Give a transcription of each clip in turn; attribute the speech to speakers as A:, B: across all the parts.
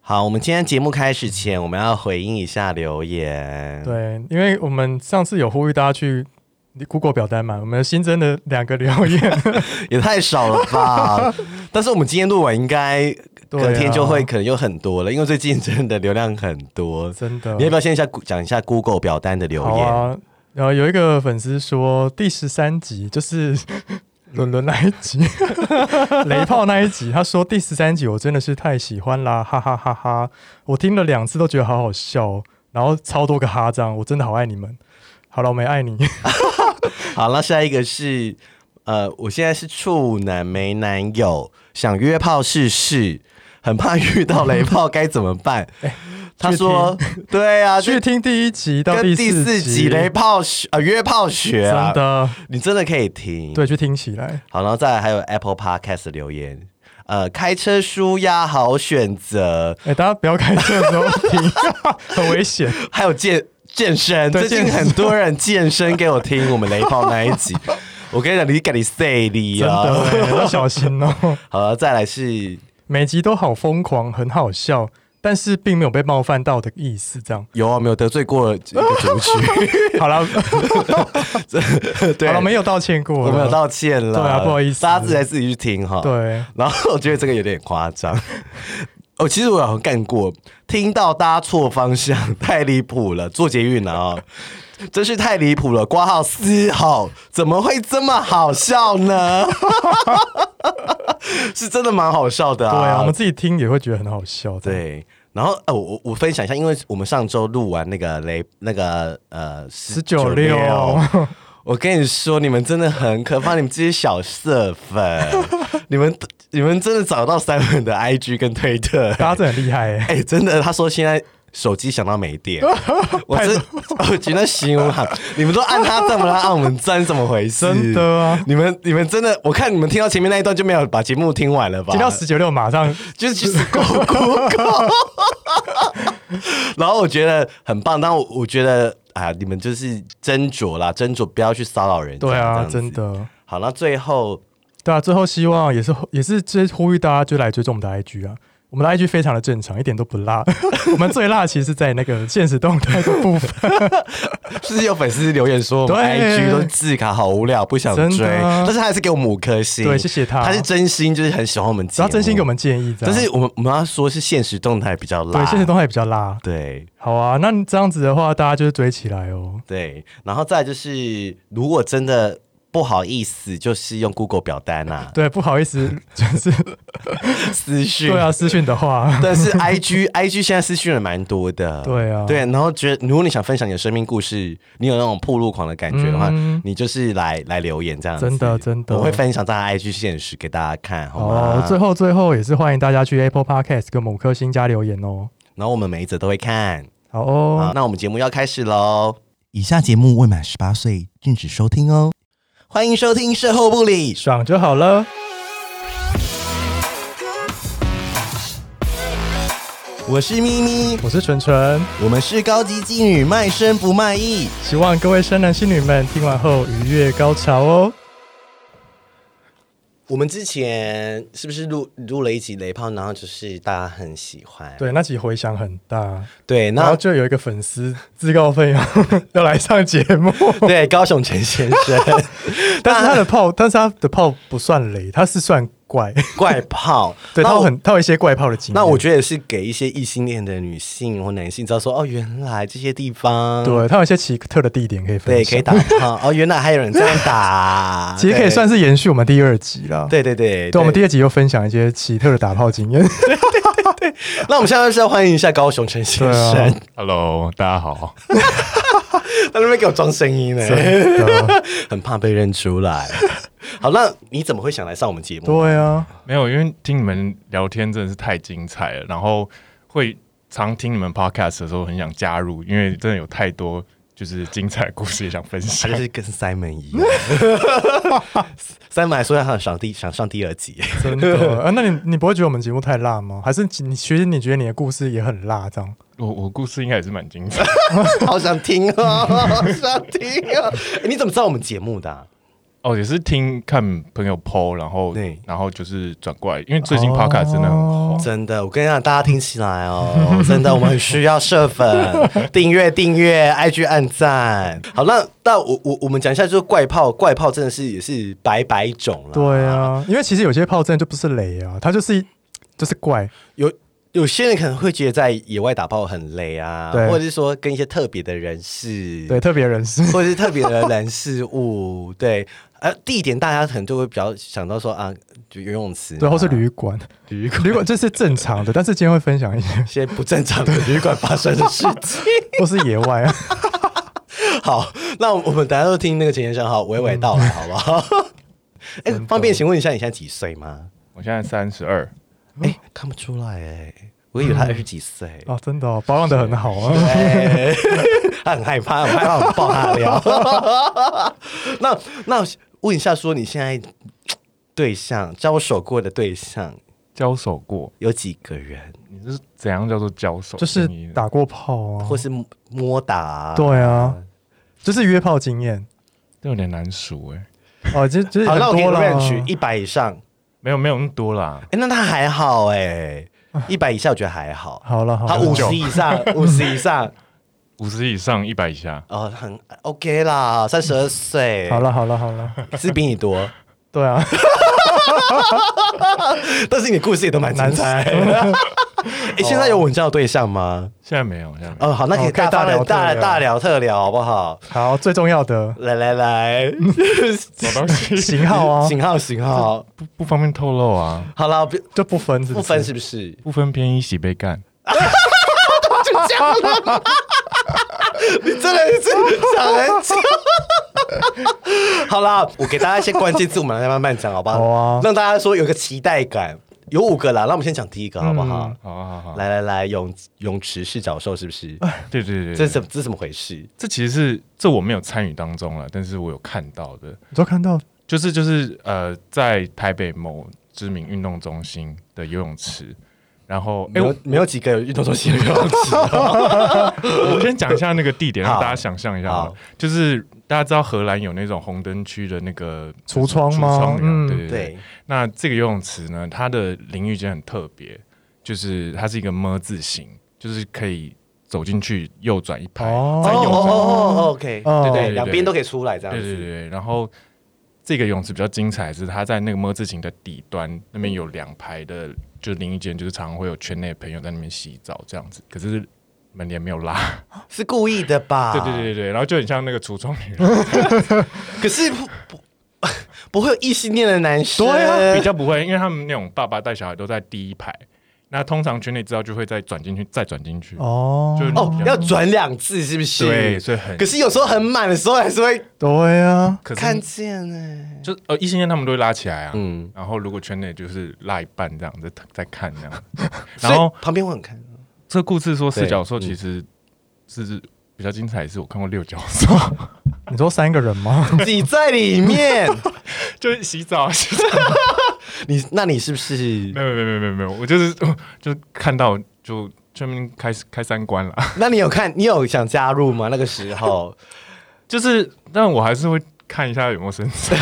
A: 好，我们今天节目开始前，我们要回应一下留言。
B: 对，因为我们上次有呼吁大家去 Google 表单嘛，我们新增的两个留 言，
A: 也太少了 吧？但是我们今天录完，应该
B: 对啊
A: 隔天就会可能有很多了，因为最近真的流量很多。
B: 真的
A: 你要不要先一下讲一下 Google 表单的留
B: 啊好
A: 言？
B: 啊。然后有一个粉丝说，第十三集就是 伦伦那一集，雷炮那一集，他说第十三集我真的是太喜欢啦，哈哈哈哈！我听了两次都觉得好好笑、哦，然后超多个哈张，我真的好爱你们。好了，我们也爱你。
A: 好，那下一个是，呃，我现在是处男没男友，想约炮试试，很怕遇到雷炮该怎么 办？
B: 哎
A: 他说，对啊，
B: 去听第一集
A: 这
B: 到
A: 跟第
B: 四
A: 四集雷炮学啊、约炮学啊
B: 真，的
A: 你真的可以听。
B: 对，去听起来。
A: 好，然后再来还有 Apple Podcast 的留言，呃，开车舒压好选择，
B: 哎、大家不要开车的时候听， 很 危险。
A: 还有健健身，
B: 对
A: 最近
B: 健身
A: 很多人健身给我听我们雷炮那一 集，我跟你讲，你给你 say 你
B: 真
A: 啊
B: 的、。欸，要小心哦、
A: 好了，再来是
B: 每集都好疯狂，很好笑，但是并没有被冒犯到的意思。这样
A: 有啊，没有得罪过一个族 群，
B: 好了，
A: 对，
B: 好了，没有道歉过了，
A: 我没有道啊歉了，
B: 对啊不好意思
A: 大家自己来自己去听哈。，
B: 对，
A: 然后我觉得这个有点夸张。 哦，其实我有干过，听到搭错方向太离谱了，做捷运啊、 哦，真是太离谱了，挂号嘶吼，怎么会这么好笑呢？ 是真的蛮好笑的
B: 对啊，我们自己听也会觉得很好笑。这样，
A: 对，然后呃，我我我分享一下，因为我们上周录完那个雷那个呃
B: 十九六，
A: 我跟你说，你们真的很可怕，你们这些小色 粉，你们你们真的找到三文的 IG 跟推 特，
B: 大家真的很厉害、欸。
A: 哎、真的，他说现在。手机想到没 电，我真我觉得形容好，你们都按他赞不按我们赞，怎么回事？
B: 真的啊，
A: 你们你们真的，我看你们听到前面那一段就没有把节目听完了吧？
B: 听到十九六，马上
A: 就是去死 狗狗狗。然后我觉得很棒，但我我觉得啊，你们就是斟酌啦，斟酌不要去骚扰人家。
B: 对
A: 这
B: 啊，
A: 样子
B: 真。的，
A: 好，那最后
B: 对啊。最后希望也是也是这呼吁大家就来追踪我们的 IG 啊。我们的 IG 非常的正常，一点都不辣。 我们最辣其实是在那个现实动态的 部分。
A: 啊是不是有粉丝留言说我们
B: 对
A: IG 都是字卡好无聊，不想
B: 真
A: 追，
B: 的啊
A: 但是他还是给我们五颗星，
B: 对谢谢他
A: 他是真心就是很喜欢我们节
B: 只
A: 目，
B: 要真心给我，们建议，这
A: 但
B: 样
A: 是我们我们要说是现实动态比较辣，
B: 对现实动态比较辣。
A: 对。
B: 好啊，那这样子的话，大家就是追起来哦。
A: 对，然后再来就是，如果真的不好意思，就是用 Google 表单啊，
B: 对，不好意思， 就是
A: 私讯
B: 对啊，私讯的 话，
A: 但是 I G I G 现在私讯人蛮多的，
B: 对啊
A: 对，然后觉得如果你想分享你的生命故事，你有那种铺路狂的感觉的话，
B: 嗯
A: 你就是来来留言这样子，
B: 真的真的
A: 我会分享在 I G 现实给大家看， 好吗
B: 哦，？最后最后也是欢迎大家去 Apple Podcast 跟某颗星加留言哦。
A: 然后我们每一则都会看，
B: 好哦，
A: 好，那我们节目要开始喽。以下节目未满十八岁禁止收听哦。欢迎收听《社后不理》，
B: 爽就好了。
A: 我是咪咪，
B: 我是纯纯，
A: 我们是高级妓女，卖身不卖艺。
B: 希望各位生男性女们听完后愉悦高潮哦。
A: 我们之前是不是录录了一集雷炮，然后就是大家很喜欢，
B: 对，那集回响很大，
A: 对，
B: 然后
A: 那
B: 就有一个粉丝自告奋勇 要来上节 目，
A: 对高雄陈先 生
B: 但是他的炮，但是他的炮不算雷，他是算怪，
A: 怪炮，
B: 对
A: 那
B: 他
A: 我
B: 有很嗯他有一些怪炮的经验。
A: 那我觉得也是给一些异性恋的女性或男性知道说，哦，原来这些地方
B: 对他有一些奇特的地点可以分
A: 嗯对
B: 享
A: 可以打炮，哦，原来还有人这样打
B: ，其实可以
A: 对
B: 算是延续我们第二集啦。
A: 对对对
B: 对，我们第二集又分享一些奇特的打炮经验。
A: 那我们现在是要欢迎一下高雄陈先
B: 对
A: 生
B: 啊，
C: Hello，大家好。
A: 他那边给我装声音呢，
B: 对
A: 很怕被认出来。好，那你怎么会想来上我们节目？
B: 对啊，
C: 没有，因为听你们聊天真的是太精彩了，然后会常听你们 podcast 的时候很想加入，因为真的有太多就是精彩的故事也想分
A: 他
C: 享
A: 就。是跟 Simon 一 样 ，Simon 还说他想上第想上第二集，
B: 真的。啊，那你你不会觉得我们节目太辣吗？还是你其实你觉得你的故事也很辣这样？
C: 我我故事应该也是蛮精彩 的，
A: 好想听哦，好想听哦！诶你怎么知道我们节目的啊、
C: 哦，也是听看朋友 PO，然后
A: 对
C: 然后就是转过来，因为最近 Podcast 真的很红，
A: 真的，我跟你讲，大家听起来哦， 真的，我们很需要社粉订阅、订阅、IG 按赞。好，那那我我我们讲一下，就是怪炮，怪炮真的是也是百百种了。
B: 对，啊，因为其实有些炮阵就不是雷啊，它就是就是怪，
A: 有有些人可能会觉得在野外打炮很累啊，
B: 对
A: 或者是说跟一些特别的人士，
B: 对，特别人士。
A: 或者是特别的人事物，对。呃，地点大家可能就会比较想到说啊，就游泳池、啊，
B: 对，或是旅馆，
A: 旅
B: 旅馆这是正常的，但是今天会分享一些，
A: 一些不正常的旅馆发生的事 情。
B: 都是野外啊，
A: 好，那我们大家都听那个钱先生好娓娓
B: 嗯
A: 道来，好不 好？哎、方便请问一下，你现在几岁吗？
C: 我现在三十二，
B: 嗯
A: 哎、看不出来哎、我以为他二十几岁。
B: 哦，真的、哦、保养的很好啊。
A: 哎， 他很害怕，很害怕我爆他的料。 那那问一下，说你现在对象交手过的对象
C: 交手过，
A: 有几个人，
C: 你是怎样叫做交手？
B: 就是
C: 你
B: 打过炮啊，
A: 或是摸打、啊？
B: 对啊，就是约炮经验
C: 这有点难数哎、
B: 哦，就就是
A: 好，
B: 很
A: 那我给你
B: 多啦
A: range 一百以上。
C: 没有没有那么多啦，
A: 哎、那他还好哎、一百以下我觉得还好。
B: 好了好
A: 他
B: 了，
A: 五十以 上，五十以上，
C: 五十以上，一百以下，
A: 哦，很 OK 啦，三十二岁，
B: 好，了好了好了，
A: 是比你多，
B: 对啊，
A: 但是你故事也都蛮精彩。 哎，现在有稳交的对象吗？
C: 现在没有，现在没有。
A: 哦，好，那可以
B: 哦可以
A: 大
B: 大
A: 聊大
B: 聊特聊
A: 大聊特聊，好不好？
B: 好，最重要的
A: 来来 来，
C: 什么东西
B: 型 号啊，
A: 型号型号，
C: 不不方便透露啊？
A: 好了，不
B: 就不分是
A: 不
B: 不
A: 分
B: 是？
A: 是不是？
C: 不分偏一喜被干，
A: 就这样了，你真的是想很久。好啦，我给大家一些关键字，我们来慢慢讲，好不好？
B: 好啊
A: 让大家说有个期待感。有五个啦，那我们先讲第一个，好不好？
C: 好好好，
A: 来来来，泳泳池是角兽是不是？
C: 对对对，
A: 这
C: 对
A: 是怎这是怎么回事？
C: 这其实是这我没有参与当中了，但是我有看到的，
B: 你都看到
C: 就是就是呃，在台北某知名运动中心的游泳池，然后
A: 没
C: 哎、
A: 有、
C: 我
A: 没有几个有运动中心的游泳池哦
C: 我先讲一下那个地点，
A: 好
C: 让大家想象一下好了
A: 好，
C: 就是大家知道荷兰有那种红灯区的那个
B: 橱窗吗
C: 橱窗
B: 嗯
C: 对对对。
A: 对，
C: 那这个游泳池呢，它的淋浴间很特别，就是它是一个么字形，就是可以走进去右转一排，
B: 哦
C: 再
A: 哦
C: 右
A: 哦
C: 转。
A: 哦哦，OK，
B: 哦
A: 对
B: 对
A: 对，
C: 对
A: 两边都可以出来这样
C: 对
A: 子。
C: 对对对，然后这个泳池比较精彩的是，它在那个么字形的底端那边有两排的，就是淋浴间，就是常常会有圈内的朋友在那边洗澡这样子，可是门帘没有拉。
A: 是故意的吧？
C: 对对对对对，然后就很像那个橱窗女 人，
A: 可是不不不会有异性恋的男生，
C: 比较不会，因为他们那种爸爸带小孩都在第一排，那通常圈内知道就会再转进去，再转进去。
B: 哦，
C: 就是
A: 哦，要转两次是不是？
C: 对，所以很
A: 可是有时候很满的时候还是会
B: 对啊，
C: 可是
A: 看见哎、
C: 就呃异性恋他们都会拉起来啊，
A: 嗯
C: 嗯，然后如果圈内就是拉一半这样子再看这样，
A: 所以
C: 然后
A: 旁边会很看，
C: 这故事说四角兽
A: 对
C: 其实是比较精彩，是我看过六角兽，
B: 你说三个人吗？
A: 你在里 面，
C: 就是洗澡，洗澡
A: 你那你是不是
C: 没？有没有没有没有没有，我就是就是看到就全面开开三关了，
A: 那你有看？你有想加入吗？那个时候，
C: 就是但我还是会看一下有没有身 材，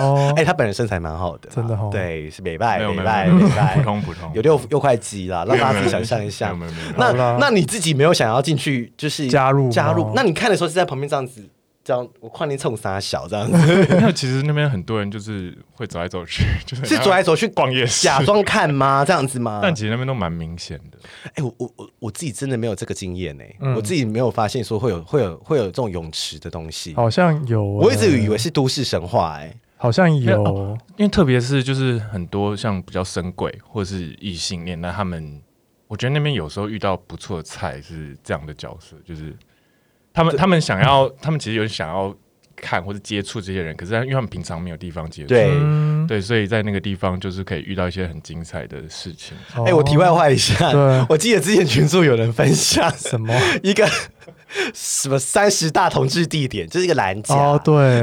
B: 哦
A: 哎、，他本人身材蛮好的啦，
B: 真的哦
A: 对，是美拜
C: 没有
A: 美
C: 没有
A: 拜
C: 没有
A: 美拜
C: 普，通普通
A: 有六六块肌啦，让大家自己想象一下
C: 没。有没有没有没有
A: 那
B: 好啦
A: 那你自己没有想要进去，就是
B: 加入吗
A: 加入？那你看的时候是在旁边这样子，这样我快点冲傻小这样 子，
C: 那其实那边很多人就是会走来走去，就是
A: 是走来走去
C: 逛夜市
A: 假装看吗？这样子吗？
C: 但其实那边都蛮明显的，
A: 哎、我我我我自己真的没有这个经验呢、欸
B: 嗯
A: 我自己没有发现说会有会有会有这种泳池的东西。
B: 好像有，欸
A: 我一直以为是哦都市神话哎、
B: 好像
C: 没有
B: 有，
C: 因为特别是就是很多像比较深贵或是异性恋，那他们我觉得那边有时候遇到不错的菜是这样的角色，就是他们他们想要， 他们其实有想要看或者接触这些人，可是因为他们平常没有地方接触，
A: 对
B: 嗯，
C: 对所以在那个地方就是可以遇到一些很精彩的事情。
B: 哦
A: 哎、我题外话一下
B: 对，
A: 我记得之前群组有人分享
B: 什么？
A: 一个什么三十大同志地点，就是一个蓝甲。
B: 哦，对，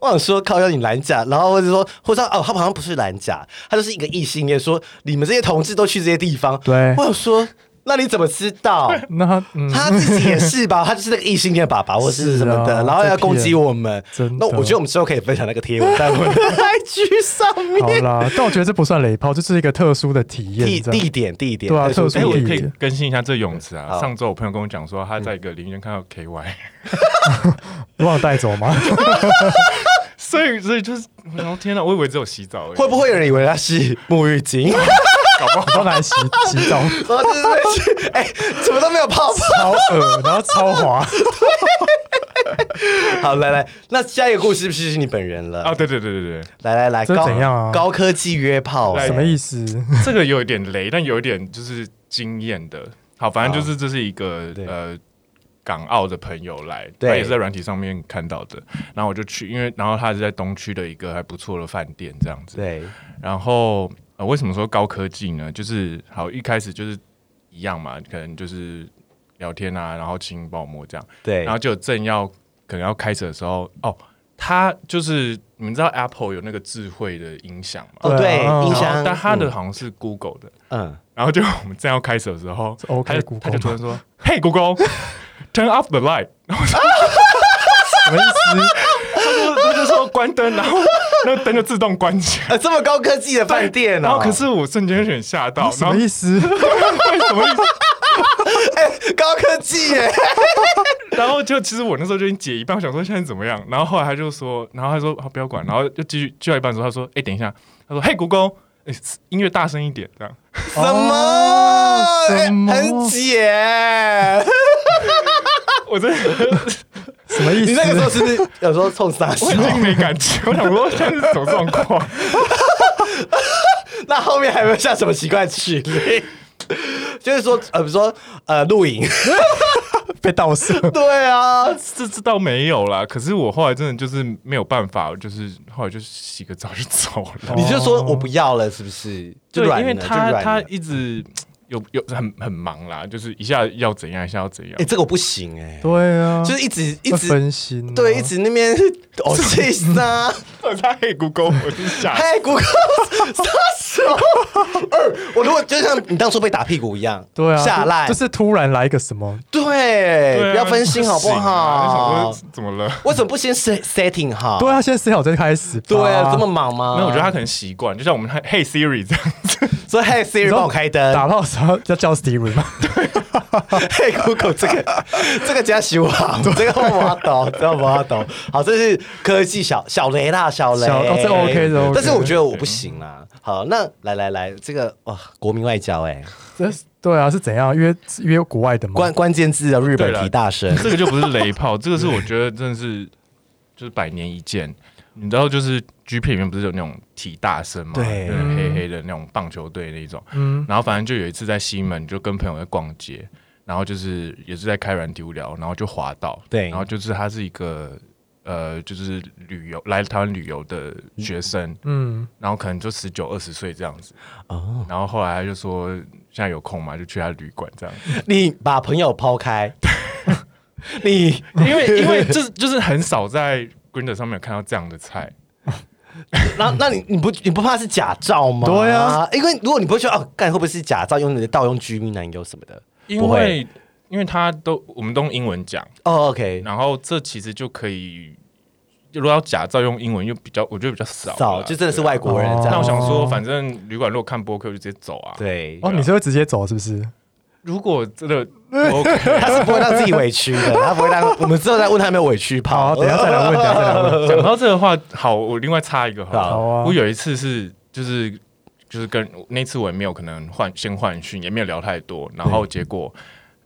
A: 我想说靠，要你蓝甲，然后或者说或者说哦，他好像 不是蓝甲，他就是一个异性恋，说你们这些同志都去这些地方。
B: 对
A: 我想说那你怎么知道？
B: 那他嗯，
A: 他自己也是吧，他 就是那个异性恋爸爸或是什么
B: 是
A: 的，
B: 啊
A: 然后要攻击我们
B: 这骗人真。的
A: 那我觉得我们之后可以分享那个贴文在我们的 IG 上
B: 好
A: 面。
B: 啦，但我觉得这不算雷炮，就是一个特殊的体验
A: 地
B: 这样。
A: 地点地点，
B: 对啊
A: 特殊
B: 特
C: 哎，
B: 殊
C: 我
A: 地点
C: 可以更新一下这泳池啊。
A: 好
C: 上周我朋友跟我讲说，他在一个林园看到 KY，
B: 你忘了带走 吗？
C: 所以所以就是，然后天哪，我以为只有洗澡而已，
A: 会不会有人以为他 是沐浴巾？
C: 搞不好？
B: 然后拿来洗洗澡，
A: 然后就是 会去，哎、怎么都没有泡泡。
B: 超恶，然后超滑。
A: 好，来来，那下一个故事是不是是你本人了？
C: 啊，对对对对对，
A: 来来来，
B: 这
A: 高
B: 怎样啊
A: 高科技约炮、
C: 来
A: 哎
B: 什么意思？
C: 这个有一点雷，但有一点就是惊艳的。好，反正就是这是一个
A: 对
C: 呃港澳的朋友来，
A: 对
C: 他也是在软体上面看到的。然后我就去，因为然后他是在东区的一个还不错的饭店这样子。
A: 对，
C: 然后呃，为什么说高科技呢？就是好一开始就是一样嘛，可能就是聊天啊，然后亲抱摸这样。
A: 对
C: 然后就正要可能要开始的时候，哦，他就是你们知道 Apple 有那个智慧的音响
A: 哦
C: 嘛？
A: 对
B: 对啊，
A: 音嗯
C: 然后
A: 箱，
C: 但他的好像是 Google 的。
A: 嗯，
C: 然后就我们正要哦开始的时 候
B: 是 OK
C: 他就
B: Google
C: 他就突然说：“Hey Google，turn off the light。”然后 我说
B: 什么意思？
C: 他就他就说关灯，然后那个灯就自动关起来。
A: 呃，这么高科技的饭店、哦，
C: 然后可是我瞬间有点吓到，
B: 什
C: 然后
B: 么意思？
C: 为什么意思？
A: 哎高科技耶，
C: 然后就其实我那时候就已经解一半，我想说现在怎么样。然后后来他就说，然后他说、啊、不要管，然后就继续就到一半的时候，他说：“哎、等一下。”他说：“嘿，Google，、哎音乐大声一点。”这样，
A: 什么
B: 哦？
A: 哎
B: 什哦么
A: 很解。
C: 我真的
B: 什么意
A: 你
B: 思？
A: 那个时候是不是有时候冲傻笑
C: 我已？经没感觉，我想说现在是什么状况？
A: 那后面还有没有下什么奇怪的指令？ 就是说，呃，比如说，呃，录影，
B: 被盗射，
A: 对啊，
C: 这这倒没有啦，可是我后来真的就是没有办法，就是后来就洗个澡就走了。
A: 你就说我不要了，是不是？就
C: 对，
A: 软
C: 因为
A: 了就
C: 他
A: 软
C: 他
A: 了
C: 一直有有很很忙啦，就是一下要怎样，一下要怎样
A: 哎、。这个我不行哎、
B: 对啊，
A: 就是一直一
B: 会
A: 直
B: 分心啊，
A: 对，一直那边哦气死 啊！
C: 我在黑 Google，我是吓死。
A: 嗨，谷歌 杀手二，我如果就像你当初被打屁股一样，
B: 对啊，
A: 下烂，
B: 就是突然来一个什么，
A: 对，
C: 对啊
A: 不要分心好不
C: 行啊
A: 好
C: 就？想说怎么了？
A: 为什么不先 set setting 好？
B: 对啊，现在思考再开始吧，
A: 哦对啊，这么忙吗？
C: 没有，我觉得他可能习惯，就像我们嘿 Siri 这样子。
A: 所以嗨 Siri 帮我开灯，
B: 打到时候要叫 Steven 吗？
A: 嘿 Google 这个这个加洗瓦，这个我懂，这个我懂。好，这是科技小小雷啦，小雷，
B: 小哦这 OK，这 OK
A: 但是我觉得我不行啦。好，那来来来，这个哇，国民外交哎，
B: 这是对啊，是怎样约约国外的吗？
A: 关关键字的啊日本提大神，
C: 这个就不是雷炮，这个是我觉得真的是就是百年一见。你知道，就是 G P 里面不是有那种体大生嘛，
A: 对
C: 就是黑黑的那种棒球队那一种。
B: 嗯，
C: 然后反正就有一次在西门，就跟朋友在逛街，然后就是也是在开软体无聊，然后就滑到，
A: 对
C: 然后就是他是一个呃，就是旅游来台湾旅游的学生，
B: 嗯，
C: 然后可能就十九二十岁这样子，
A: 哦，
C: 然后后来他就说现在有空嘛，就去他旅馆这样，
A: 你把朋友抛开，你
C: 因 为因为就是就是很少在 Grinder 上面有看到这样的菜，
A: 然后那你你不你不怕是假照吗？
B: 嗯对啊，
A: 因为如果你不会说哦，干会不会是假照，用你的盗用居民男友什么的？
C: 因
A: 不会
C: 为因为他都我们都用英文讲，
A: 哦，OK，
C: 然后这其实就可以。如果要假造用英文，又比较我觉得比较少啦，
A: 早就真的是
C: 对啊
A: 外国人这
C: 那
A: 样
C: 我
A: 子。
C: 想说，反正旅馆如果看播客就直接走啊。，
A: 对，
B: 哦，你是会直接走是不是？
C: 如果真的 OK，
A: 他是不会让自己委屈 的，他不会让我们之后再问他有没有委屈
B: 好，
A: 跑。
B: 哦等一下再来问，等一下再来问。
C: 讲到这个话，好，我另外插一个好了。
B: 好啊
C: 我有一次是就是就是跟那次我也没有可能换先换训，也没有聊太多，然后结果。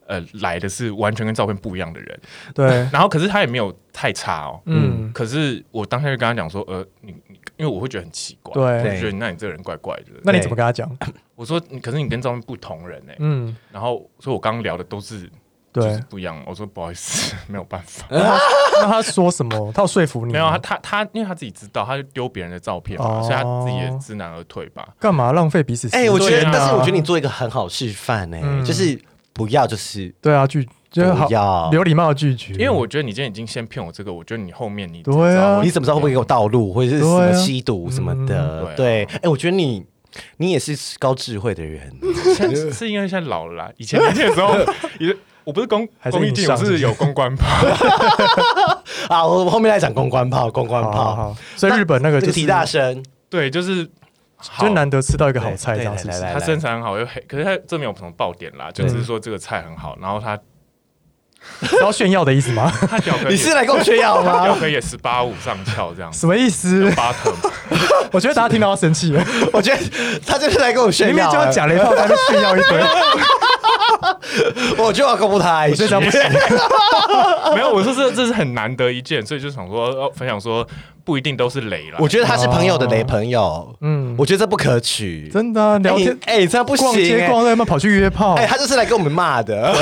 C: 呃，来的是完全跟照片不一样的人，
B: 对，
C: 然后可是他也没有太差哦，
B: 嗯，
C: 可是我当下就跟他讲说，呃，你你，因为我会觉得很奇怪，
B: 对
C: 我就觉得那你这个人怪怪的。
B: 那你怎么跟他讲？
C: 我说，你可是你跟照片不同人哎、
B: 嗯，
C: 然后所以我刚刚聊的都是就是
B: 对。嗯
C: 不一样。我说不好意思， 没有办法。
B: 那他说什么？他有说服你吗？
C: 没有啊他他他，因为他自己知道，他就丢别人的照片嘛，
B: 哦
C: 所以他自己也知难而退吧。
B: 干嘛浪费彼此时间？
A: 哎，我觉
C: 对
A: 得
C: 啊，
A: 但是我觉得你做一个很好示范哎，
B: 嗯
A: 就是不要就是
B: 对啊，拒就是好
A: 不要
B: 有礼貌的拒绝，
C: 因为我觉得你今天已经先骗我这个，我觉得你后面你
B: 哦对啊
A: 你怎么知道会不会给我道路，或者是什
B: 对
A: 么
B: 啊
A: 吸毒什么的？
C: 嗯
A: 对，哎、我觉得你你也是高智慧的 人，
C: 现在是因为现在老了啦，以前年轻的时候也我不是公
B: 还是
C: 公益
B: 你
C: 进，我
B: 上
C: 是有公关吧。
A: 啊，我后面来讲公关炮，公关
B: 好好
A: 炮，
B: 好，所以日本那个
A: 这
B: 就
A: 个
B: 是
A: 提大声，
C: 对，就是
B: 就
C: 好
B: 是难得吃到一个好菜，
A: 对
B: 这样是不是
A: 对？来
C: 他身材很好又黑，可是他这没有什么爆点啦，就只是说这个菜很好，然后他
B: 是要炫耀的意思吗？
C: 他表哥
A: 你
C: 也
A: 是来跟我炫耀
C: 他表
A: 吗？
C: 哥也十八五上翘这样子，
B: 什么 意思？
C: 八头
B: 我觉得大家听到要生气了，
A: 我觉得他就是来跟我炫
B: 明明
A: 耀
B: 就
A: 啊，
B: 要假雷炮，在那边炫耀一 堆，
A: 我就要公布他
B: 我
A: 一
B: 觉
A: 句
B: 得这样不行。
C: 没有，我说这这是很难得一见，所以就想说哦分享说不一定都是雷啦
A: 我。觉得他是朋友的雷朋友，
B: 哦嗯，
A: 我觉得这不可取。
B: 真的啊聊天
A: 哎、你哎这样不行、
B: 逛街
A: 哎
B: 逛到一半跑去约炮
A: 哎、，他就是来跟我们骂的。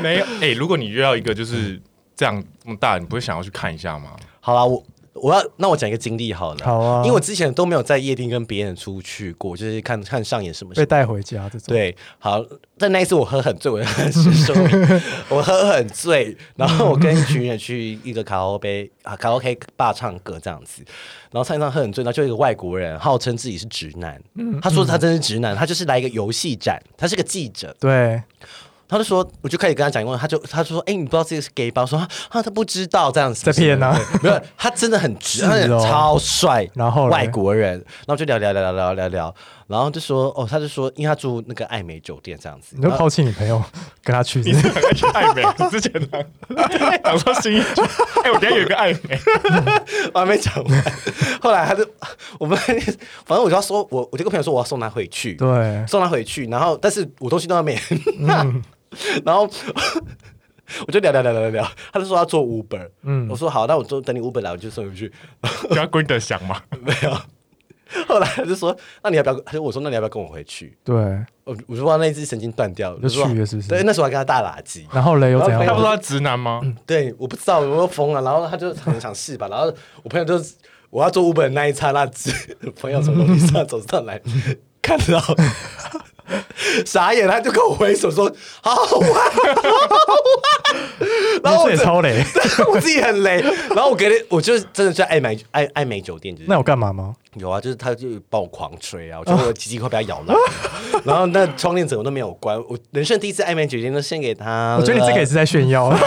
C: 没有哎，如果你约到一个就是这样这么大，你不会想要去看一 下吗？
A: 好啦，我我要那我讲一个经历好了。
B: 好啊
A: 因为我之前都没有在夜店跟别人出去过，就是看看上演什么
B: 被
A: 事。
B: 带回家这种。，
A: 对，好，但那一次我喝很醉，我 很说明，我喝很醉，然后我跟一群人去一个卡拉 OK 啊卡拉 OK 吧唱歌这样子，然后唱一唱喝很醉，然后就有一个外国人号称自己是直男，他说他真是直男，他就是来一个游戏展，他是个记者，
B: 对，
A: 他就说，我就开始跟他讲英文，他就他就说，哎、你不知道这个是 gay 吧？我说啊，啊他不知道这样子，
B: 在骗啊
A: 对没有，他真的很直，
B: 是哦
A: 他人超帅，
B: 然后嘞
A: 外国人，然后就聊聊聊聊聊聊，然后就说，哦，他就说，因为他住那个艾美酒店这样子，
B: 你就
A: 然后
B: 抛弃你朋
A: 啊
B: 友跟他去是不是，
C: 爱美之前 讲讲说新一区，哎，我等一下有一个爱美，
A: 我还没讲完，后来他就我们反正我就要说，我我就跟朋友说我要送他回去，
B: 对，
A: 送他回去，然后但是我东西都在那边，
B: 嗯
A: 然后我就聊聊聊聊聊，他就说要做 Uber，嗯，我说好，那我就等你 Uber 来，我就送你回去。
C: 不要跟着想嘛。
A: 没有。 后来他就说：“那你要不要？”他说：“我说那你要不要跟我回去
B: 对，？”
A: 我我说：“那一只神经断掉了。”
B: 就去了
A: 我说
B: 是不是
A: 对，那时候还跟他大垃圾。
B: 然后嘞又怎
A: 然后
B: 样
C: 他
A: 朋
C: 不
A: 友
C: 说
B: 吗？
C: 他直男吗？
A: 对，我不知道有没有疯了、然后他就很想试吧。然后我朋友就我要做 Uber 的那一刹那，只 朋友从楼梯上走上来， 看到 傻眼，他就跟我挥手说：“好好玩，好好 玩。”然后
B: 这
A: 我
B: 也
A: 自
B: 超雷，
A: 我自己很累，然后我给你，我就真的在爱美爱爱美酒店，就是
B: 那我干嘛吗？
A: 有啊，就是他就帮我狂吹啊，我觉得我的鸡鸡快被他咬烂了，然后那窗帘整个都没有关，我人生第一次暧昧酒店都献给他了。
B: 我觉得你这个也是在 炫耀，啊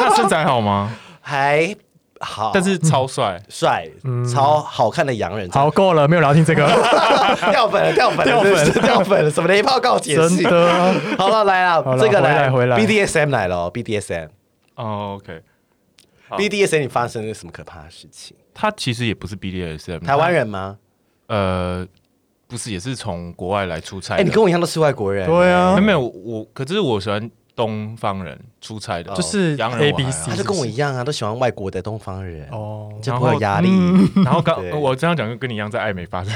C: 他身材好吗？
A: 嗯还好，
C: 但是超帅，
A: 帅、超好看的洋人，
B: 嗯好够了，没有聊听这个，
A: 掉粉了，掉粉了，
B: 掉粉了
A: 真的是掉粉了，什么雷炮告解
B: 真
A: 释。
B: 的。啊
A: 好了，来了，
B: 了
A: 这个来
B: 回来回来
A: BDSM 来了哦，BDSM，BDSM
C: 哦，OK，好
A: 你发生了什么可怕的事情？
C: 他其实也不是 BDSM，
A: 台湾人吗？
C: 他呃，不是，也是从国外来出差的。
A: 哎，你跟我一样都是外国人，
B: 对啊
C: 没有没有我，可是我喜欢东方人出差的，
A: 哦
B: 就是
C: 洋人啊
B: A
C: 我还
B: B
C: 好
A: 他
B: C
A: 就跟我一样啊，都喜欢外国的东方人，
B: 哦，嗯
A: 就不会有压力。
C: 然后刚
A: 对
C: 我这样讲就跟你一样，在爱美 发生，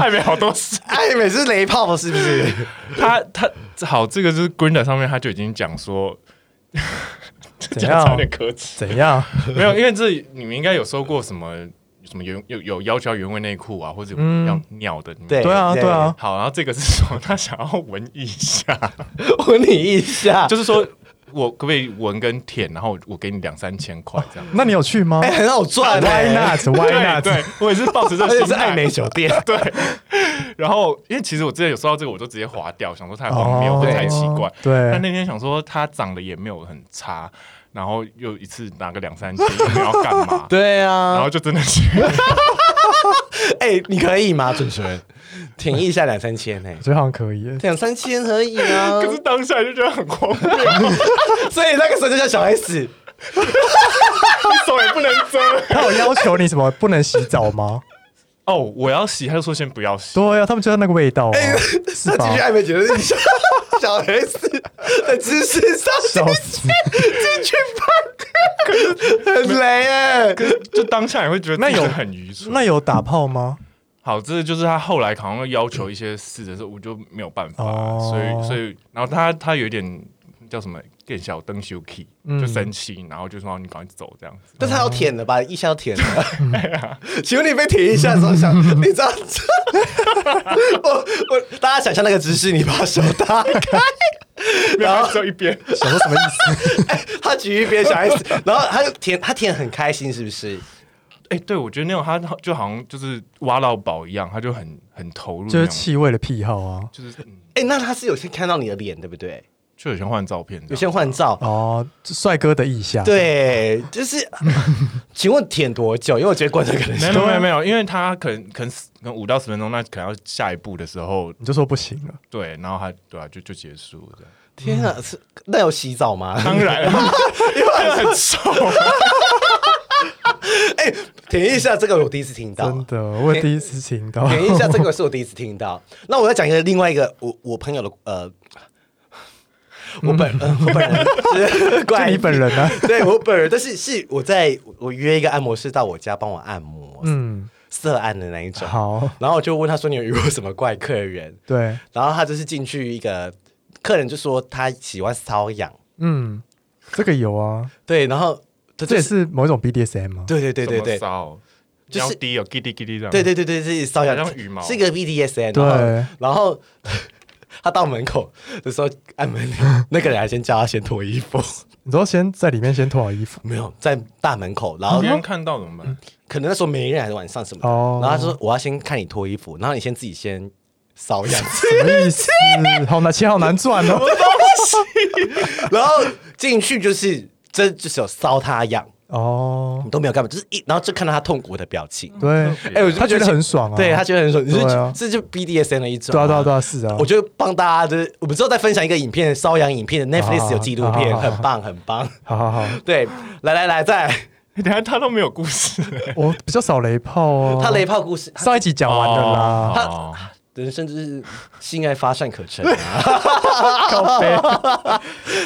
C: 爱美好多事。
A: 爱美是哎雷炮是不 是？
C: 他他好，这个就是 Grinda 上面他就已经讲说，
B: 怎
C: 讲得有
B: 样
C: 点可耻。
B: 怎样？
C: 没有，因为这你们应该有收过什么什么原有有要求原味内裤啊，或者有要尿的。你们
A: 对
B: 嗯对啊对啊，
C: 好，然后这个是说他想要闻一下，
A: 吻你一下，
C: 就是说我可不可以闻跟舔，然后我给你两三千块这样。
B: 那你有去吗
A: 哎、 很好赚、
B: ？Why
A: 欸，
B: not？Why
C: 对
B: not？
C: 对，我也是抱持这
A: 而
C: 个
A: 且
C: 心
A: 是
C: 态。
A: 爱美酒店，
C: 对，然后因为其实我之前有收到这个，我就直接划掉，想说太荒谬
B: 哦
C: 或者太奇怪。
B: 对
C: 但那天想说他长得也没有很差，然后又一次拿个两三千，你要干 嘛？
A: 对
C: 然
A: 啊
C: 后，就真的去，
A: 哎、你可以吗，准纯？挺一下两三千呢、
B: 我觉得好像可以耶。
A: 两三千而已啊，
C: 可是当下就觉得很荒谬，
A: 所以那个时候就叫小 S，
C: 手也不能 遮。
B: 他有要求你什么不能洗澡吗？
C: 哦，我要洗，他就说先不要洗。
B: 对啊，他们就要那个味道啊，是
A: 那
B: 吧
A: 继续？爱美酒店一下， 小 S 的姿势上
B: 笑死！
A: 进去 park，很雷哎、
C: 可是就当下也会觉得
B: 那有
C: 自己很愚蠢。
B: 那有打炮吗？
C: 好，这就是他后来好像要求一些事的时候，我就没有办法，
B: 哦
C: 所以所以，然后他他有一点叫什么更小灯修 key，就生气，然后就说你赶快走这样子。
A: 但是他要舔的吧，一下要舔的。 请问你被舔一下的时候想，你知道？ 我我大家想象那个姿势，你把手打开，然后
C: 只有一边，
B: 想说什么意思？
A: 哎他举一边小 S，然后他就舔，他舔很开心，是不是？
C: 哎、对我觉得那种他就好像就是挖到宝一样，他就很很投入那
B: 就
C: 种，
B: 是气味的癖好啊。
C: 就是嗯，
A: 哎、那他是有先看到你的脸，对不对？
C: 就有些换照片这样，
A: 有先换照，
B: 哦，帅哥的意象。，
A: 对，就是， 请问舔多久？因为我觉得观众可能
C: 没
A: 是
C: 有没有没有没有，因为他可能可能可能五到十分钟，那可能要下一步的时候，
B: 你就说不行了。
C: 对，然后他对啊，就就结束了这样。
A: 天啊，是那有洗澡吗？
C: 当 然，因为很臭，
A: 哎、舔一下这个我第一次听到，
B: 真的，我也第一次听到。
A: 点一下，这个是我第一次听到。那我要讲一个另外一个我我朋友的呃，我本、呃、我本人就是怪
B: 就你本人啊
A: 对我本人，但是是我在我约一个按摩师到我家帮我按摩，
B: 嗯，
A: 色按的那一种。
B: 好，
A: 然后我就问他说：“你有遇过什么怪客人
B: 对，？”
A: 然后他就是进去一个客人就说他喜欢瘙痒，
B: 嗯，这个有啊，
A: 对，然后他
B: 这
A: 就
B: 也
A: 是
B: 是某一种 BDSM 吗？
A: 对对对对对
C: 怎么骚，
A: 就是
C: 腰低有滴滴滴滴这样，
A: 对对对对，是瘙痒，
C: 好像羽毛
A: 是一个 BDSN。
B: 对，
A: 然后他到门口的时候按门铃，那个人还先叫他先脱衣服，
B: 你知道先在里面先脱好衣服，
A: 没有在大门口，然后
C: 别人看到怎么办？
A: 可能那时候没人还是晚上什么的，
B: 哦
A: 然后他说我要先看你脱衣服，然后你先自己先搔痒，
B: 什么意思？好难，钱好难赚哦。
A: 然后进去就是真就是有搔他痒，
B: 哦，
A: 你都没有干嘛，就是一然后就看到他痛苦的表情，
B: 对，
C: 哎
A: 就
C: 我
B: 嗯他觉得很爽啊。
A: 对他觉得很爽，就是、
B: 对啊
A: 这就 BDSN 的一种、
B: 对啊，对啊，对啊，是啊
A: 我。就帮大家，就是我们之后再分享一个影片，瘙痒影片的
B: 啊
A: Netflix 有纪录片，
B: 好好好
A: 很棒，很棒。
B: 好 好好，
A: 对，来来来，再来
C: 等一下他都没有故 事，
B: 我比较少雷炮哦。
A: 他雷炮故事，
B: 上一集讲完了啦，
C: 哦
A: 人生就是 性爱发散可成 啊，
B: 告杯。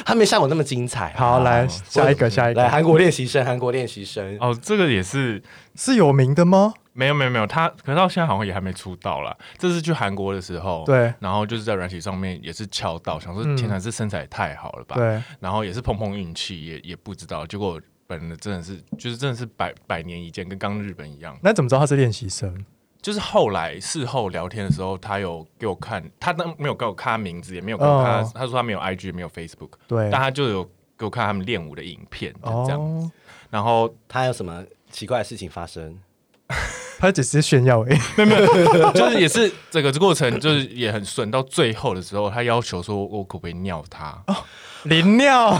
A: 他没像我那么精彩。
B: 好，来下一个，下一
A: 来，
B: 个
A: 韩国练习生，韩国练习生，
C: 哦，这个也是
B: 是有名的吗？
C: 没有没有没有，他可能到现在好像也还没出道啦。这是去韩国的时候，
B: 对
C: 然后就是在软体上面也是敲到，想说
B: 嗯
C: 天哪，这身材也太好了吧？，
B: 对，
C: 然后也是碰碰运气，也也不知道，结果本人真的是就是真的是百百年一见，跟刚日本一样。
B: 那怎么知道他是练习生？
C: 就是后来事后聊天的时候，他有给我看，他当没有给我看他名字，也没有给我看他，
B: 哦
C: 他说他没有 IG，也没有 Facebook，
B: 对
C: 但，他就有给我看他们练舞的影片，就这样。
B: 哦，
C: 然后
A: 他有什么奇怪的事情发生？
B: 他只是炫耀而欸 已。
C: 就是也是整个过程就是也很顺，到最后的时候，他要求说我可不可以尿他？
B: 淋尿，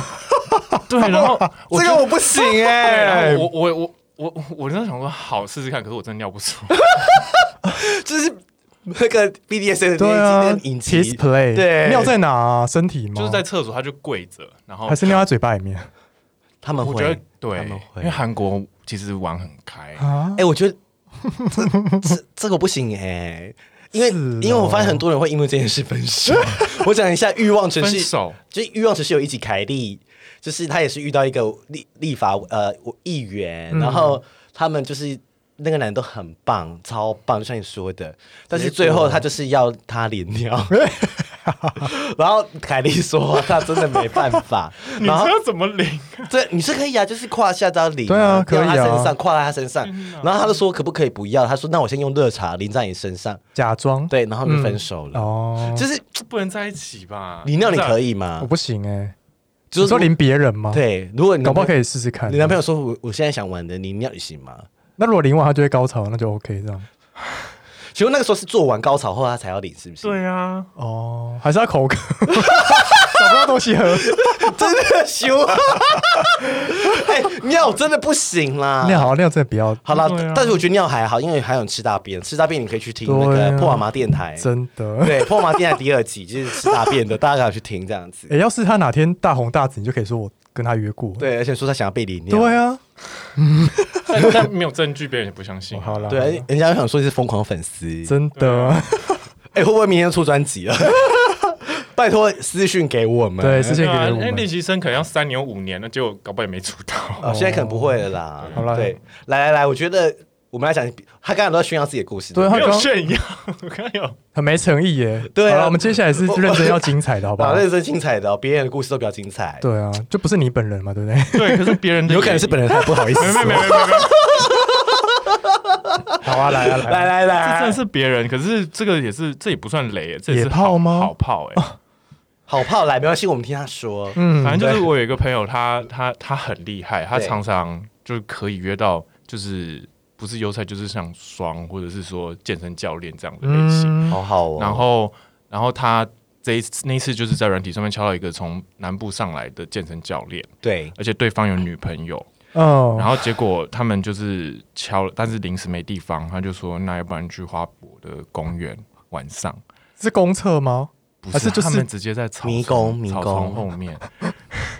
C: 对，然后我
A: 这
C: 就
A: 个我不行
C: 对
A: 哎
B: 欸
C: 然，后我我我我我我真的想说好试试看，可是我真的尿不出来。
A: 就是那个 BDSN 的
B: 对
A: 那
B: 啊
A: 一集影
B: ，kiss
A: 集，
B: play，
A: 对
B: 尿在哪啊？身体吗？
C: 就是在厕所他就跪着，然后
B: 还是尿在嘴巴里面
A: 他们
C: 我觉得
A: 会，
C: 对
A: 他们，
C: 因
A: 会
C: 为，韩国其实玩很开，
B: 啊？
A: 哎，我觉得这这这个不行哎。因为
B: 是哦
A: 因为我发现很多人会因为这件事分 手。我讲一下《欲望城
C: 分
A: 市》
C: 手
A: 就是欲望城市有一集凯莉，就是她也是遇到一个立立法呃议员，然后他们就是那个男的都很棒，超棒，就像你说的，但是最后他就是要他领 尿，然后凯莉说她真的没办 法，
C: 你
A: 然后
C: 知道怎么领？
A: 对，你是可以啊，就是胯下到淋、
B: 对啊可以啊
A: 淋到他身上跨在他身上，然后他就说可不可以不要？他说那我先用热茶淋在你身上，
B: 假装
A: 对，然后就分手了。
B: 哦，
A: 就是
C: 不能在一起吧？
A: 你尿你可
C: 以，
A: 以
B: 我
A: 吗？
B: 不行哎，
A: 啊就
B: 你
A: 是
B: 说淋别人吗？，
A: 对，如果你
B: 搞不好
A: 以。
B: 可以试试看
A: 你。男朋友说我我现在想玩的，你尿你行吗？
B: 那如果淋完他就会高潮，那就 OK 这样。
A: 请问那个时候是做完高潮后他才要领，是不是？
C: 对啊，
B: 哦，还是要口渴，找不到东西喝，
A: 真的羞啊！ 哎，尿真的不行啦。
B: 尿好尿真的不要，
A: 啊好啦，
C: 对啊
A: 但是我觉得尿还好，因为还有吃大便，吃大便你可以去听那
B: 对
A: 个
B: 啊
A: 破瓦麻电台，
B: 真的。
A: 对，破瓦麻电台第二集就是吃大便的，大家可以去听这样子。
B: 哎，要是他哪天大红大紫，你就可以说我跟他约过。
A: 对，而且说他想要被淋尿，
B: 对啊，
C: 但 但没有证据，别人也不相信
B: 哦。好了，
A: 对，哎人人家想说你是疯狂粉丝，
B: 真的，
A: 哎，会不会明天出专辑了？ 拜托私讯给我们。
B: 对，之前
C: 对
B: 给
C: 啊，
B: 我
C: 因为练
B: 们
C: 习生可能要三年五年，那结果搞不好也没出道。
A: 哦，现在可能不会了啦。
B: 好啦
A: 对，来来来，我觉得我们来讲，他刚才都在炫耀自己的故事。
B: 对
A: 不
B: 他
C: 没有
B: 刚
C: 炫耀，我看有
B: 很没诚意耶。
A: 对啊
B: 好了，我们接下来是认真要精彩的，好不
A: 哪
B: 好？
A: 认真精彩的、哦，别人的故事都比较精彩。，
B: 对啊，就不是你本人嘛，对不对？
C: 对，可是别人的
A: 有可能是本人太不好意思
C: 没没
A: 了。
C: 没没没没，
B: 好啊，来啊，
A: 来来
C: 这
A: 来，
C: 真的是别人，可是这个也是这也不算雷，这也是
B: 野炮
C: 好
B: 吗
C: 好炮哎，
A: 好炮来，没关系，我们听他说。
B: 嗯，
C: 反正就是我有一个朋友，他他他很厉害，他
A: 对
C: 常常就是可以约到就是不是优菜就是像双或者是说健身教练这样的类型。
B: 嗯，
A: 好好哦。
C: 然后，然后他这一次那一次就是在软体上面敲到一个从南部上来的健身教练，
A: 对，
C: 而且对方有女朋友，
B: 哦，
C: 然后结果他们就是敲了，但是临时没地方，他就说那要不然去花博的公园晚上，
B: 是公厕吗？
C: 不
B: 还是
C: 是
B: 就是
C: 他们直接在草丛
A: 迷宫迷
C: 草
A: 宫
C: 丛后面，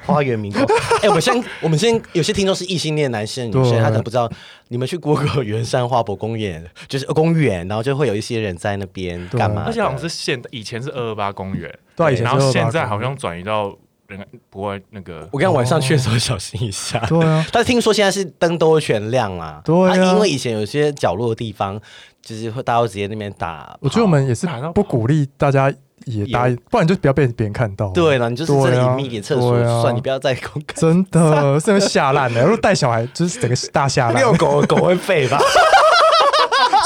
A: 花园迷宫。哎、我们现在我们现在有些听众是异性恋男性、女生，
B: 对
A: 他可能不知道，你们去 Google 圆山花博公园，就是呃公园，然后就会有一些人在那边
B: 对
A: 干嘛的？
C: 而且好像是现以前是二二八公园，
B: 对啊以前是
C: 然后现
B: 228
C: 在好像转移到人不会那个
A: 我刚刚晚上去的时候小心一下。
B: 对啊，
A: 但是听说现在是灯都会全亮啦，
B: 对啊
A: 因为以前有些角落的地方，就是会大家会直接那边打，
B: 我觉得我们也是
C: 打到
B: 不鼓励大家也搭，不然就不要被别人看到。
A: 对了，你就是真
B: 对啊
A: 的隐秘点厕所，
B: 对啊
A: 算你不要再公开。
B: 真的，是会吓 烂的。如果带小孩，就是整个大吓 烂，
A: 狗狗会吠吧？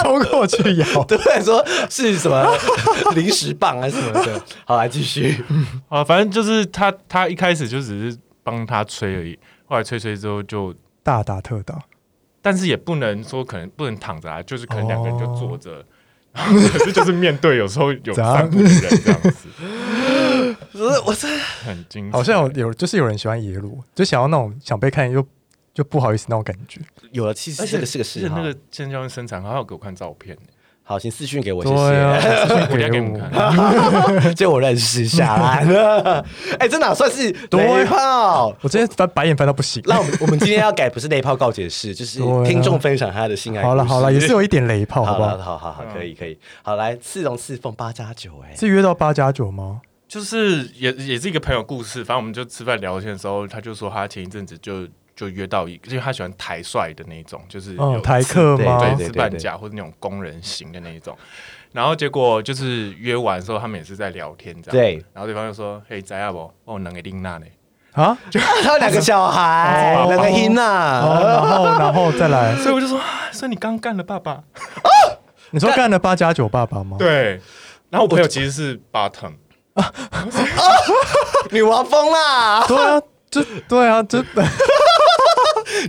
B: 冲过 去咬。
A: 对，说是什么 零食棒啊什么的。好，来继续。
C: 啊，反正就是他他一开始就只是帮他吹而已，后来吹吹之后就
B: 大打特打，
C: 但是也不能说可能不能躺着啊，就是可能两个人就坐着，可是就是面对有时候有
B: 怎样
C: 散步的人这样子，
A: 我真的
C: 很精彩。
B: 好像有有就是有人喜欢野路，就想要那种想被看又就不好意思那种感觉。
A: 有了，其实
C: 而
A: 这
C: 且
A: 个是个
C: 而
A: 嗜
C: 且
A: 好
C: 那。个健身教练身材，他有给我看照片，
A: 好，请私讯给我，谢
B: 对啊
A: 谢。，
C: 我等一下给你们 看。
A: 就我认识一下啦。 哎，这哪算是
B: 对
A: 雷炮？
B: 我今天翻白眼翻到不行。
A: 那我们我们今天要改不是雷炮告解室，就是
B: 对啊
A: 听众分享他的性爱故事。
B: 好了好了，也是有一点雷哦炮，好
A: 好
B: 不
A: 了，好
B: 好？
A: 好好，
C: 嗯
A: 可以可以，好来刺龙刺凤八加九， 哎，
B: 是约到八加九吗？
C: 就是也也是一个朋友故事，反正我们就吃饭聊天的时候，他就说他前一阵子就就约到一个，因为他喜欢台帅的那种，就是有
A: 哦
B: 嗯，台客
A: 对
B: 吗？
A: 对
C: 对，是半甲或者那种工人型的那一种。然后结果就是约完之后，他们也是在聊天这样。
A: 对，
C: 然后对方就说：“嘿，知道不？我能给丁娜呢。
B: 啊，
A: 他有两个小孩，
B: 哦
A: 两个婴
B: 哦
A: 呐。
B: 然后然后再来”，
C: 所以我就说啊：“所以你刚干了爸爸？”
B: 你说干了八加九爸爸吗？，
C: 对。 然后我朋友其实是 bottom，
A: 女王风啦，
B: 对啊，就对啊， 就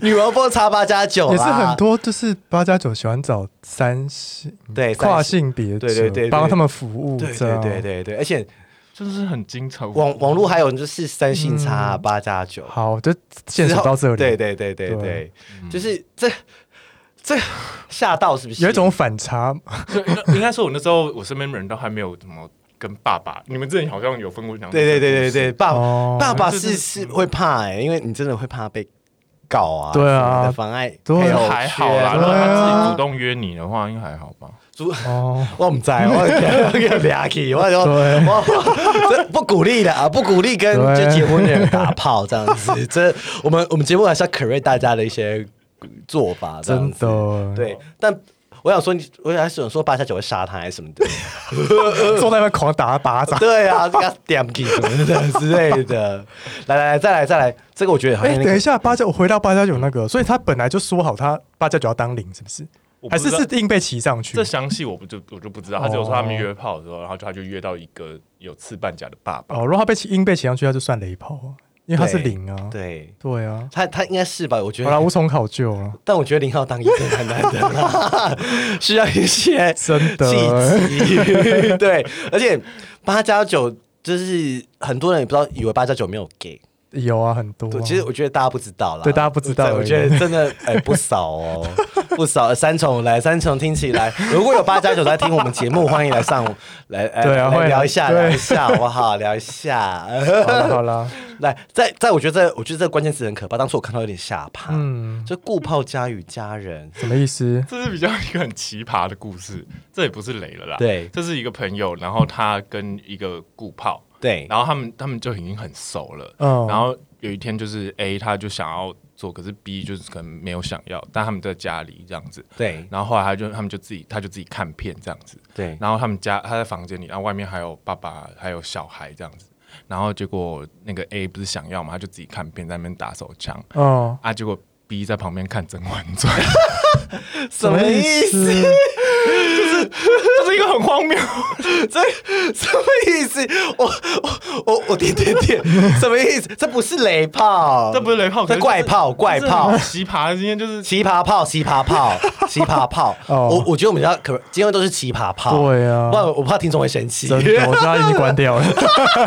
A: 女王风茶八加九啦
B: 也是很多，就是八加九喜欢找三性
A: 对
B: 跨。
A: 三十
B: 性别者，
A: 对对对对
B: 帮他们服务，
A: 对
B: 这
A: 对
B: 样
A: 对对对，而且
C: 就是很精彩。
A: 网网络还有就是三性差八加九，
B: 好，就线索到这里，
A: 对，对对对对，
B: 嗯
A: 就是这这吓到是不是？
B: 有一种反差，
C: 对，那应该说，我那时候我身边人都还没有怎么跟爸爸。你们之前好像有分过两
A: 对对对对对，，爸
B: 哦
A: 爸爸
C: 就是
A: 是是会怕哎，因为你真的会怕被告啊，
B: 对啊
A: 什么的妨碍
B: 对
A: 配偶
C: 还好啦。
A: 权
B: 对
C: 如果
B: 啊
C: 他自己主动约你的话，应该还好吧？
A: 主
B: 哦，
A: 我 唔知，我我叫俩去，我说
B: 对
A: 我我这不鼓励的啊，不鼓励跟
B: 对
A: 就结婚的人打炮这样子。这我们我们节目还是要 c o 大家的一些做法，这样
B: 真
A: 子
B: 的，，
A: 对。但我想说你，我还想说八下九会杀他还是什么的，
B: 坐在那边狂打巴掌，
A: 对啊，给他点起什么的之类的。 来来来，再来再来，这个我觉得好
B: 哎，
A: 像那
B: 等一
A: 个
B: 下，八加我回到八加九那个，所以他本来就说好他八加九要当零，是不是？
C: 我不
B: 还
C: 知
B: 是
C: 道
B: 是硬被骑上去
C: 这？详细我不就我就不知
A: 哦
C: 道，他只有说他们约炮的时候，然后就他就约到一个有刺半甲的爸爸，
B: 哦，如果他被骑硬被骑上去，他就算雷炮啊，因为他是零啊，
A: 对。
B: 对啊，
A: 他他应该是吧？我觉
B: 好啦，
A: 得，
B: 无从考究啊了，
A: 但我觉得林浩当医生太难的啦， 需要一些
B: 真的，
A: 契机， 对，而且八加九就是很多人也不知道，以为八加九没有 gay，
B: 有啊，很多啊，
A: 对，其实我觉得大家不知道啦，
B: 对大家不知道
A: 对我
B: 而已
A: 觉得真的 哎、不少哦，不少。三重来，三重听起来，如果有八加九在听我们节目，欢迎来上来来
B: 对啊
A: 来
B: 欢迎
A: 聊一下
B: 对
A: 聊一下好不好？聊一下，
B: 好了好了，
A: 来，在在我觉得这我觉得这个关键词很可怕，当初我看到有点吓怕，
B: 嗯，
A: 就顾炮家与家人，
B: 什么意思？
C: 这是比较一个很奇葩的故事，这也不是雷了啦。
A: 对
C: 这是一个朋友，然后他跟一个顾炮，
A: 对
C: 然后他们他们就已经很熟了。
B: 嗯
C: 然后有一天就是 A 他就想要做，可是 B 就是可能没有想要，但他们在家里这样子。
A: 对
C: 然后后来他就他们就自己他就自己看片这样子，
A: 对，
C: 然后他们家他在房间里，然后外面还有爸爸还有小孩这样子。然后结果那个 A 不是想要嘛，他就自己看片在那边打手枪
B: 哦，
C: 啊，结果 B 在旁边看《甄嬛传》。
A: 什么意思？
B: 思？
C: 这是一个很荒谬。
A: 这什么意思？我我我我点点点，什么意思？这不是雷炮，
C: 这不是雷炮，
A: 这怪炮，怪炮，
C: 奇葩。今天就是
A: 奇葩炮，奇葩炮，奇葩 炮。
B: 哦
A: 我我觉得我们家可今天都是奇葩炮，
B: 对啊
A: 不然我怕听众会生气。
B: 真的，我知道他已经关掉了。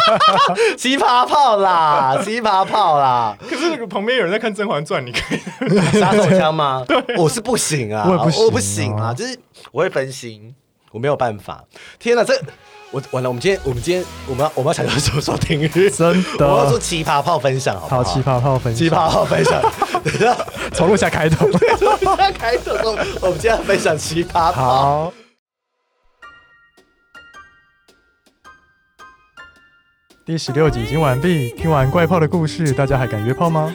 A: 奇葩炮啦，奇葩炮啦，
C: 可是那个旁边有人在看《甄嬛传》，你可以
A: 杀手枪 吗？我是不行啊，
B: 我也不行啊
A: 我不行啊，就是我会分心，我没有办法。天哪，这我完了，我们今天我们今天我们要我们要抢救收收听率，
B: 真的
A: 我要做奇葩炮分享，好不
B: 好，奇葩炮分享，
A: 奇葩炮分享。等一下，
B: 从录下开 头。
A: 我们开头说，我们今天要分享奇葩炮。
B: 好，第十六集已经完毕。听完怪炮的故事，大家还敢约炮吗？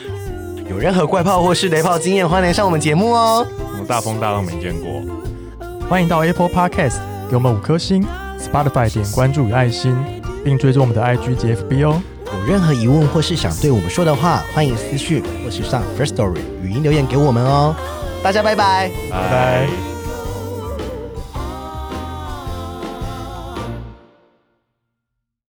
A: 有任何怪炮或是雷炮经验，欢迎来上我们节目哦。
C: 我们大风大浪没见过。
B: 欢迎到 Apple Podcast 给我们五颗星，Spotify 点关注与爱心，并追踪我们的 IG 及 FB 哦。
A: 有任何疑问或是想对我们说的话，欢迎私讯或是上 First Story 语音留言给我们哦。大家拜拜。
C: 拜拜。